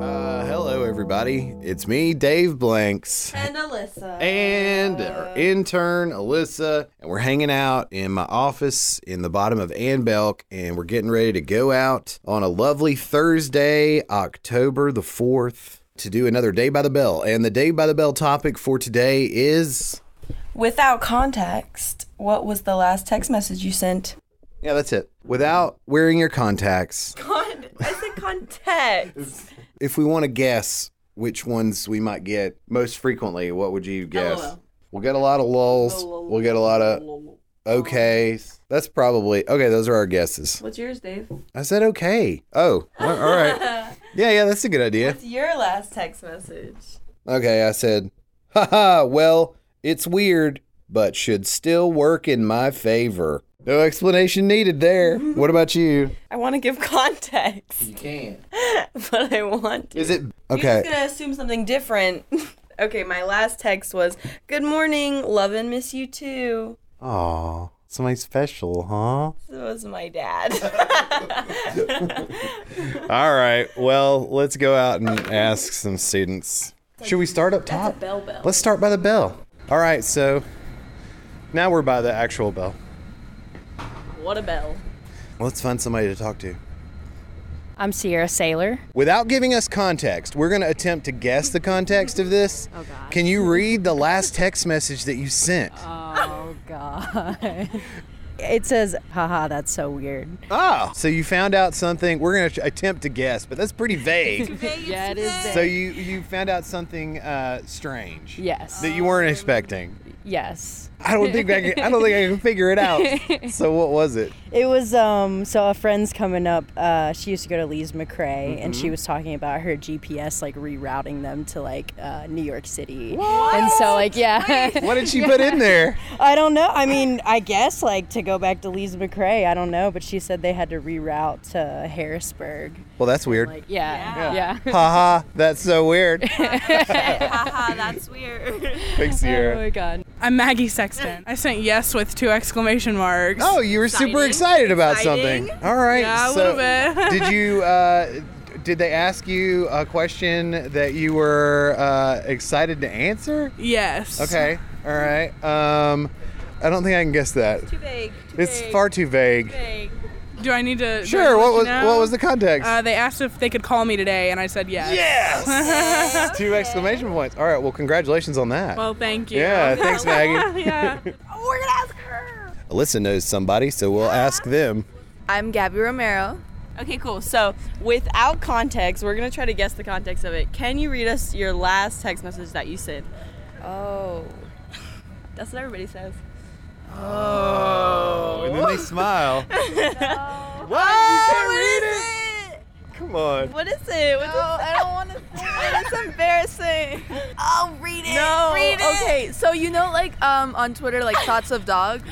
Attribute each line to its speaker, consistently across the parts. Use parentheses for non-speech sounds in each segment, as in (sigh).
Speaker 1: Uh, hello, everybody. It's me, Dave Blanks,
Speaker 2: And Alyssa.
Speaker 1: and our intern, Alyssa, and we're hanging out in my office in the bottom of Ann Belk, and we're getting ready to go out on a lovely Thursday, October the 4th, to do another Day by the Bell. And the Day by the Bell topic for today is.
Speaker 2: Without context, what was the last text message you sent?
Speaker 1: Yeah, that's it. Without wearing your contacts,
Speaker 2: Con- I said context.
Speaker 1: if we want to guess which ones we might get most frequently, what would you guess?
Speaker 2: LOL.
Speaker 1: Oh, We'll get a lot of lulls. We'll get a lot of okays. That's probably okay. Those are our guesses.
Speaker 2: What's yours, Dave?
Speaker 1: I said okay. Oh, all all right. Yeah, yeah, that's a good idea.
Speaker 2: What's your last text message?
Speaker 1: Okay, I said, haha, well, it's weird, but should still work in my favor. No explanation needed there. What about you?
Speaker 3: I want to give (laughs) context,
Speaker 1: Can't.
Speaker 3: but I want to.
Speaker 1: Is it
Speaker 3: You're
Speaker 1: okay?
Speaker 3: just gonna assume something different. (laughs) okay, my last text was "Good morning, love and miss you too."
Speaker 1: Aw, somebody special, huh?
Speaker 3: That was
Speaker 1: (laughs)
Speaker 3: my dad.
Speaker 1: All right. Well, let's go out and ask some students. Should we start up top?
Speaker 2: bell bell.
Speaker 1: Let's start by the bell. All right. So now we're by the actual bell.
Speaker 3: what a bell!
Speaker 1: Let's find somebody to talk to.
Speaker 4: I'm Sierra Sailor.
Speaker 1: Without giving us context, we're going to attempt to guess the context of this. Oh,
Speaker 4: God.
Speaker 1: Can you read the last text message that you sent?
Speaker 4: Oh God. (laughs) It says, haha, that's so weird.
Speaker 1: Ah, so you found out something. We're going to attempt to guess, but that's pretty vague.
Speaker 3: (laughs)
Speaker 4: Yeah, it is.
Speaker 1: so you you found out something uh, strange.
Speaker 4: Yes.
Speaker 1: That you weren't expecting.
Speaker 4: Yes.
Speaker 1: I don't think I can, I don't think I can figure it
Speaker 5: (laughs)
Speaker 1: out. So what was it?
Speaker 4: It was um so a friend's coming up, uh, she used to go to Lee's McRae and
Speaker 3: Mm-hmm.
Speaker 4: she was talking about her GPS like rerouting them to like uh, New York City. And so like yeah.
Speaker 1: What did she put in there?
Speaker 4: (laughs) I don't know. I mean, I guess like to go back to Lee's McRae, I don't know, but she said they had to reroute to Harrisburg.
Speaker 1: Well, that's weird.
Speaker 4: Like yeah. Yeah.
Speaker 1: Haha, that's so weird.
Speaker 3: (laughs)
Speaker 1: (laughs)
Speaker 3: Haha, that's weird.
Speaker 5: (laughs)
Speaker 1: Thanks,
Speaker 4: (laughs) Oh
Speaker 1: Sierra.
Speaker 4: my god.
Speaker 5: I'm Maggie Sexton. I sent yes with two exclamation marks.
Speaker 1: Oh, you were super excited about something. All right.
Speaker 5: Yeah, a
Speaker 1: so
Speaker 5: little bit. (laughs)
Speaker 1: did you? Uh, did they ask you a question that you were uh, excited to answer?
Speaker 5: Yes.
Speaker 1: Okay. All right. Um, I don't think I can guess that.
Speaker 3: Too vague. Too
Speaker 1: It's
Speaker 3: vague,
Speaker 1: far too vague.
Speaker 3: too vague.
Speaker 5: Do I need to? do I
Speaker 1: Sure.
Speaker 5: need
Speaker 1: What
Speaker 5: to
Speaker 1: was
Speaker 5: know?
Speaker 1: what was the context?
Speaker 5: Uh, they asked if they could call me today, and I said yes.
Speaker 1: Yes! Two exclamation points. All right. Well, congratulations on that.
Speaker 5: Well, thank you.
Speaker 1: yeah.
Speaker 5: (laughs)
Speaker 1: Thanks, Maggie.
Speaker 5: yeah.
Speaker 1: (laughs)
Speaker 3: Oh,
Speaker 1: Alyssa knows somebody, so we'll ask them.
Speaker 3: I'm Gabby Romero. Okay, cool. So, without context, we're gonna try to guess the context of it. Can you read us your last text message that you sent? Oh, that's what everybody says.
Speaker 1: And then they smile. What? You can't read it. Come on.
Speaker 3: What is it? What's no, I don't (laughs) want to say it. It's embarrassing. I'll Oh, read it. No. Read it.
Speaker 6: Okay, so you know, like, um, on Twitter, like thoughts of dog.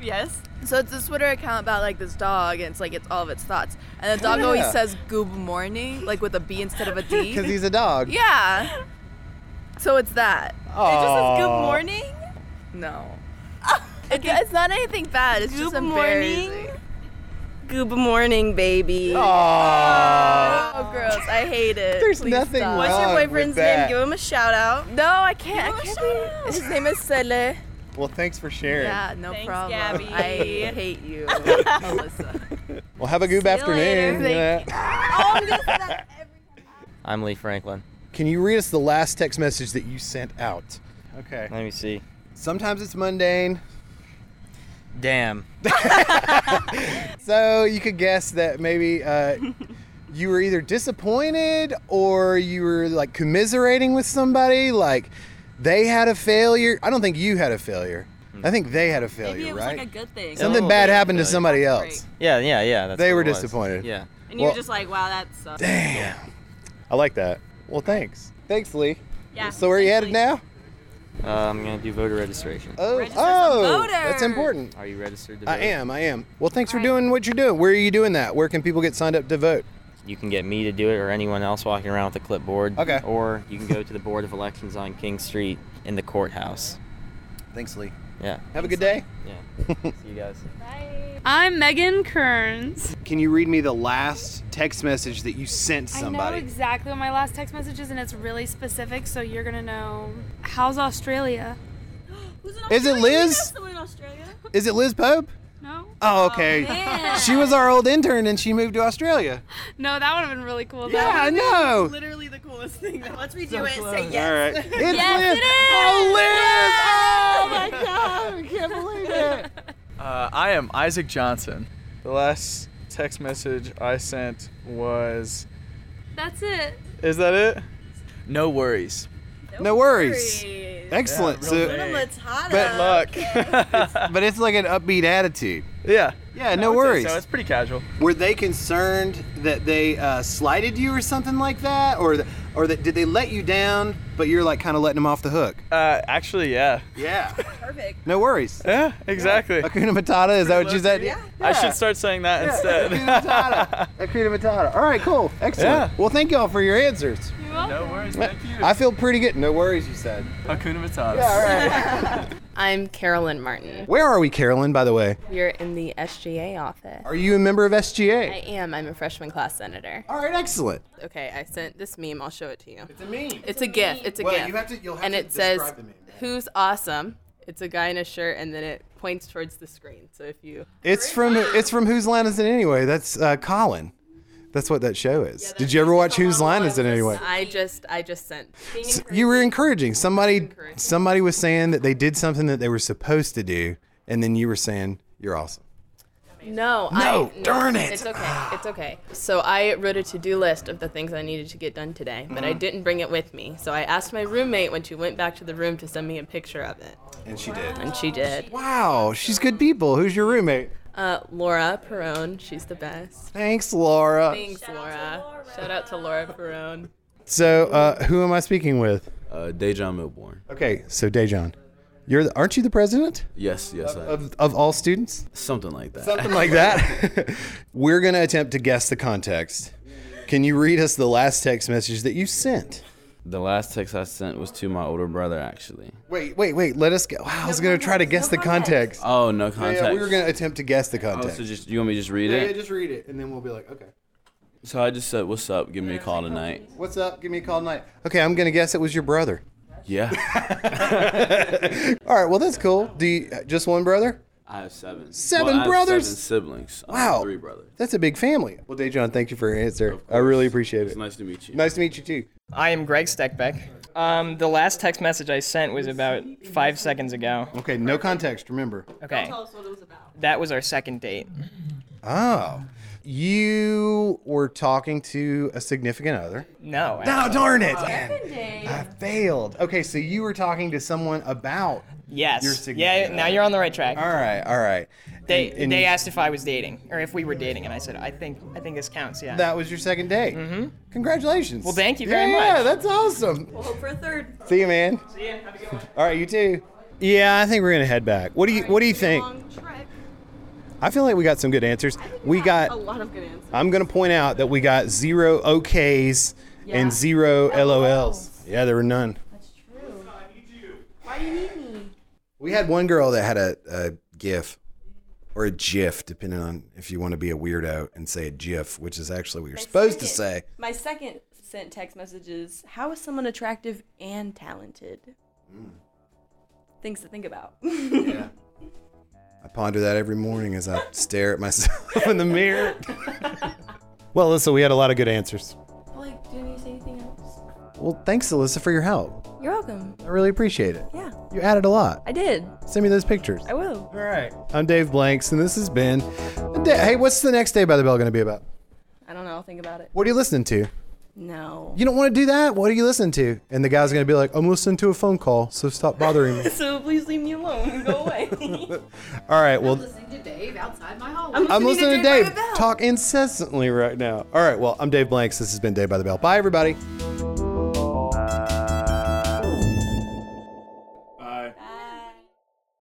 Speaker 3: Yes.
Speaker 6: So it's this Twitter account about like this dog, and it's like it's all of its thoughts. And the dog always
Speaker 1: Yeah.
Speaker 6: says "good morning," like with a B instead of a D.
Speaker 1: Because he's a dog.
Speaker 6: yeah. So it's that.
Speaker 3: It just says good
Speaker 1: Aw.
Speaker 3: morning. (laughs)
Speaker 6: No. It- it's not anything bad. It's just
Speaker 3: Good morning.
Speaker 6: embarrassing.
Speaker 3: Good morning, baby.
Speaker 1: Aw.
Speaker 6: Oh, gross! I hate it.
Speaker 1: There's
Speaker 6: Please
Speaker 1: nothing
Speaker 6: stop.
Speaker 1: wrong
Speaker 3: What's your
Speaker 1: with
Speaker 3: boyfriend's
Speaker 1: that.
Speaker 3: name? Give him a shout out.
Speaker 6: No, I can't. I
Speaker 3: No,
Speaker 6: can't be. His name is Sele.
Speaker 1: Well, thanks for sharing.
Speaker 6: Yeah, no
Speaker 3: Thanks,
Speaker 6: problem.
Speaker 3: Gabby.
Speaker 6: I
Speaker 3: (laughs)
Speaker 6: hate
Speaker 1: (laughs)
Speaker 6: you, Melissa.
Speaker 1: Well, have a good afternoon.
Speaker 6: Thank
Speaker 1: Yeah.
Speaker 7: I'm Lee Franklin.
Speaker 1: Can you read us the last text message that you sent out? Okay.
Speaker 7: Let me see.
Speaker 1: Sometimes it's mundane.
Speaker 7: Damn.
Speaker 1: So you could guess that maybe uh, you were either disappointed or you were like commiserating with somebody, like they had a failure. I don't think you had a failure. I think they had a failure,
Speaker 3: Maybe it was
Speaker 1: right?
Speaker 3: like a good thing.
Speaker 7: Yeah,
Speaker 1: Something
Speaker 7: little
Speaker 1: bad
Speaker 7: bit of
Speaker 1: happened to
Speaker 7: failure.
Speaker 1: somebody
Speaker 3: That's great.
Speaker 1: else.
Speaker 7: Yeah, yeah, yeah. That's
Speaker 1: They
Speaker 7: what
Speaker 1: were
Speaker 7: it was.
Speaker 1: disappointed.
Speaker 7: Yeah.
Speaker 3: And you
Speaker 1: Well-
Speaker 3: were just like, wow, that sucks.
Speaker 1: Damn. I like that. Well, thanks. Thanks, Lee.
Speaker 3: Yeah.
Speaker 1: So where are you headed now?
Speaker 7: Uh, I'm gonna do voter registration.
Speaker 1: Oh,
Speaker 3: Register some
Speaker 1: oh,
Speaker 3: voters.
Speaker 1: that's important.
Speaker 7: Are you registered to vote?
Speaker 1: I am. I am. Well, thanks for doing what you're doing. Where are you doing that? Where can people get signed up to vote?
Speaker 7: You can get me to do it, or anyone else walking around with a clipboard.
Speaker 1: Okay.
Speaker 7: Or you can go to the Board of Elections on King Street in the courthouse.
Speaker 1: Thanks, Lee. (laughs)
Speaker 7: Yeah.
Speaker 1: Have a good day.
Speaker 7: Yeah. See you guys.
Speaker 8: I'm Megan Kearns.
Speaker 1: Can you read me the last text message that you sent
Speaker 8: I know
Speaker 1: somebody?
Speaker 8: exactly what my last text message is, and it's really specific, so you're gonna know. How's Australia?
Speaker 1: Is it Liz?
Speaker 3: Someone in Australia?
Speaker 1: Is it Liz Pope?
Speaker 8: No?
Speaker 1: Oh, okay. she was our old intern and she moved to Australia.
Speaker 8: No, that would have been really cool.
Speaker 1: Yeah, I know.
Speaker 3: Literally the coolest thing. Let's redo
Speaker 6: Do it. Say yes.
Speaker 1: All right. It's
Speaker 8: Yes,
Speaker 1: Liz.
Speaker 8: it is.
Speaker 1: Oh, Liz! Oh, my God. I can't believe it.
Speaker 9: Uh, I am Isaac Johnson. The last text message I sent was
Speaker 8: That's it.
Speaker 9: Is that it? No worries.
Speaker 1: No worries. Excellent.
Speaker 9: Yeah,
Speaker 1: so,
Speaker 9: real big.
Speaker 1: but,
Speaker 9: Luck.
Speaker 1: but it's like an upbeat attitude.
Speaker 9: (laughs) yeah.
Speaker 1: Yeah,
Speaker 9: I
Speaker 1: no
Speaker 9: would say
Speaker 1: worries.
Speaker 9: So it's pretty casual.
Speaker 1: Were they concerned that they uh, slighted you or something like that, or th- or that did they let you down, but you're like kind of letting them off the hook?
Speaker 9: Uh, actually, yeah.
Speaker 1: (laughs) Yeah. Perfect. No worries.
Speaker 9: Yeah, exactly.
Speaker 1: Akuna Matata, is that what you said? Yeah.
Speaker 9: I should start saying that
Speaker 1: Akuna
Speaker 9: instead.
Speaker 1: Matata. Akuna Matata. All right, cool. Excellent.
Speaker 9: Yeah.
Speaker 1: Well, thank y'all for your answers.
Speaker 9: no worries. Thank you.
Speaker 1: I feel pretty good. No worries, you said.
Speaker 9: (laughs) Hakuna Matata.
Speaker 10: I'm Carolyn Martin.
Speaker 1: Where are we, Carolyn, by the way?
Speaker 10: We're in the SGA office.
Speaker 1: Are you a member of SGA?
Speaker 10: I am. I'm a freshman class senator.
Speaker 1: All right, excellent.
Speaker 10: Okay, I sent this meme. I'll show it to you.
Speaker 1: It's a meme.
Speaker 10: It's a gif. It's a
Speaker 1: Well,
Speaker 10: gif.
Speaker 1: you have to- you'll have
Speaker 10: and
Speaker 1: to
Speaker 10: it says,
Speaker 1: describe the meme.
Speaker 10: "Who's awesome?" It's a guy in a shirt, and then it points towards the screen. So if you
Speaker 1: It's from it's from Whose Line Is It Anyway? That's uh, Colin. That's what that show is. Did you ever watch Whose Line Is It Anyway?
Speaker 10: I just, I just sent.
Speaker 1: S- You were encouraging somebody. Somebody was saying that they did something that they were supposed to do, and then you were saying you're awesome.
Speaker 10: No,
Speaker 1: No,
Speaker 10: I,
Speaker 1: darn it.
Speaker 10: It's okay.
Speaker 1: Ah.
Speaker 10: It's okay. So I wrote a to-do list of the things I needed to get done today, but
Speaker 1: Mm-hmm.
Speaker 10: I didn't bring it with me. So I asked my roommate when she went back to the room to send me a picture of it,
Speaker 1: And she did.
Speaker 10: and she did.
Speaker 1: Wow, she's good people. Who's your roommate?
Speaker 10: Uh, Laura Perone, she's the best.
Speaker 1: Thanks, Laura.
Speaker 10: Thanks, Laura. Shout out to Laura Perone.
Speaker 1: So, uh, who am I speaking with?
Speaker 11: Uh, Dejan Milborn.
Speaker 1: Okay, so Dejan, you're the, aren't you the president
Speaker 11: Yes, yes, I,
Speaker 1: of, of all students?
Speaker 11: something like that.
Speaker 1: Something like that. (laughs) We're going to attempt to guess the context. Can you read us the last text message that you sent?
Speaker 11: The last text I sent was to my older brother, actually.
Speaker 1: Wait, wait, wait. Let us go. Wow, I was going to try to guess the context.
Speaker 11: Oh, no contact.
Speaker 1: Yeah, we were going to attempt to guess the
Speaker 11: Oh,
Speaker 1: context.
Speaker 11: so just you want me to just read it?
Speaker 1: just read it, and then we'll be like, okay.
Speaker 11: So I just said, "What's up? Give me a call tonight."
Speaker 1: What's up? Give me a call tonight. Okay, I'm going to guess it was your brother.
Speaker 11: Yeah.
Speaker 1: All right, well, that's cool. Do you, just one brother?
Speaker 11: (laughs) I have seven.
Speaker 1: Seven
Speaker 11: Well, I have
Speaker 1: brothers?
Speaker 11: seven siblings. I have
Speaker 1: Wow.
Speaker 11: Three brothers.
Speaker 1: That's a big family. Well, Dejan, thank you for your answer. I really appreciate
Speaker 11: It's
Speaker 1: it.
Speaker 11: nice to meet you.
Speaker 1: Nice to meet you, too.
Speaker 12: I am Greg Steckbeck. Um, the last text message I sent was about five seconds ago.
Speaker 1: Okay, no context, remember.
Speaker 12: Okay.
Speaker 3: Tell us what it was about.
Speaker 12: That was our second date.
Speaker 1: Oh. You were talking to a significant other.
Speaker 12: No.
Speaker 1: Oh, darn it. Man, I failed. Okay, so you were talking to someone about.
Speaker 12: Yes.
Speaker 1: You're significant
Speaker 12: yeah, now you're on the right track.
Speaker 1: All right, all right.
Speaker 12: They,
Speaker 1: And- and
Speaker 12: they
Speaker 1: you-
Speaker 12: asked if I was dating or if we were dating, and I said, I think I think this counts, yeah.
Speaker 1: That was your second date. Mm-hmm. Congratulations.
Speaker 12: Well, thank you very
Speaker 1: yeah, Yeah,
Speaker 12: much.
Speaker 1: that's awesome. We'll hope for a third. See you, man. See you. Have a good one. (laughs) All right, you too. Yeah, I think we're gonna head back. What do you What do you think? I feel like we got some good answers. We got.
Speaker 3: A lot of good answers.
Speaker 1: I'm gonna point out that we got zero OKs and zero LOLs. Yeah, there were none.
Speaker 3: Why do you need me?
Speaker 1: We had one girl that had a, a GIF or a GIF, depending on if you want to be a weirdo and say a GIF, which is actually what you're supposed to say.
Speaker 3: My second sent text message is How is someone attractive and talented?
Speaker 1: Mm.
Speaker 3: Things to
Speaker 1: (laughs)
Speaker 3: think about.
Speaker 1: I ponder that every morning as I stare at myself (laughs) in the mirror. well, Alyssa, we had a lot of good answers.
Speaker 3: Blake, do you need to say anything else?
Speaker 1: Well, thanks, Alyssa, for your help.
Speaker 3: You're welcome.
Speaker 1: I really appreciate it.
Speaker 3: Yeah,
Speaker 1: You added a lot.
Speaker 3: I did.
Speaker 1: Send me those pictures.
Speaker 3: I will.
Speaker 1: All right. I'm Dave Blanks, and this has been. Hey, what's the next day by the bell going to be about?
Speaker 3: I don't know. I'll think about it.
Speaker 1: What are you listening to?
Speaker 3: No.
Speaker 1: You don't want to do that? What are you listening to? And the guy's going to be like, I'm listening to a phone call, so stop bothering me.
Speaker 3: So please leave me alone and go away.
Speaker 1: (laughs) All right. Well,
Speaker 10: Listening to Dave outside my hallway.
Speaker 1: I'm listening to Dave talk incessantly right now. All right. Well, I'm Dave Blanks. This has been Dave by the Bell. Bye, everybody.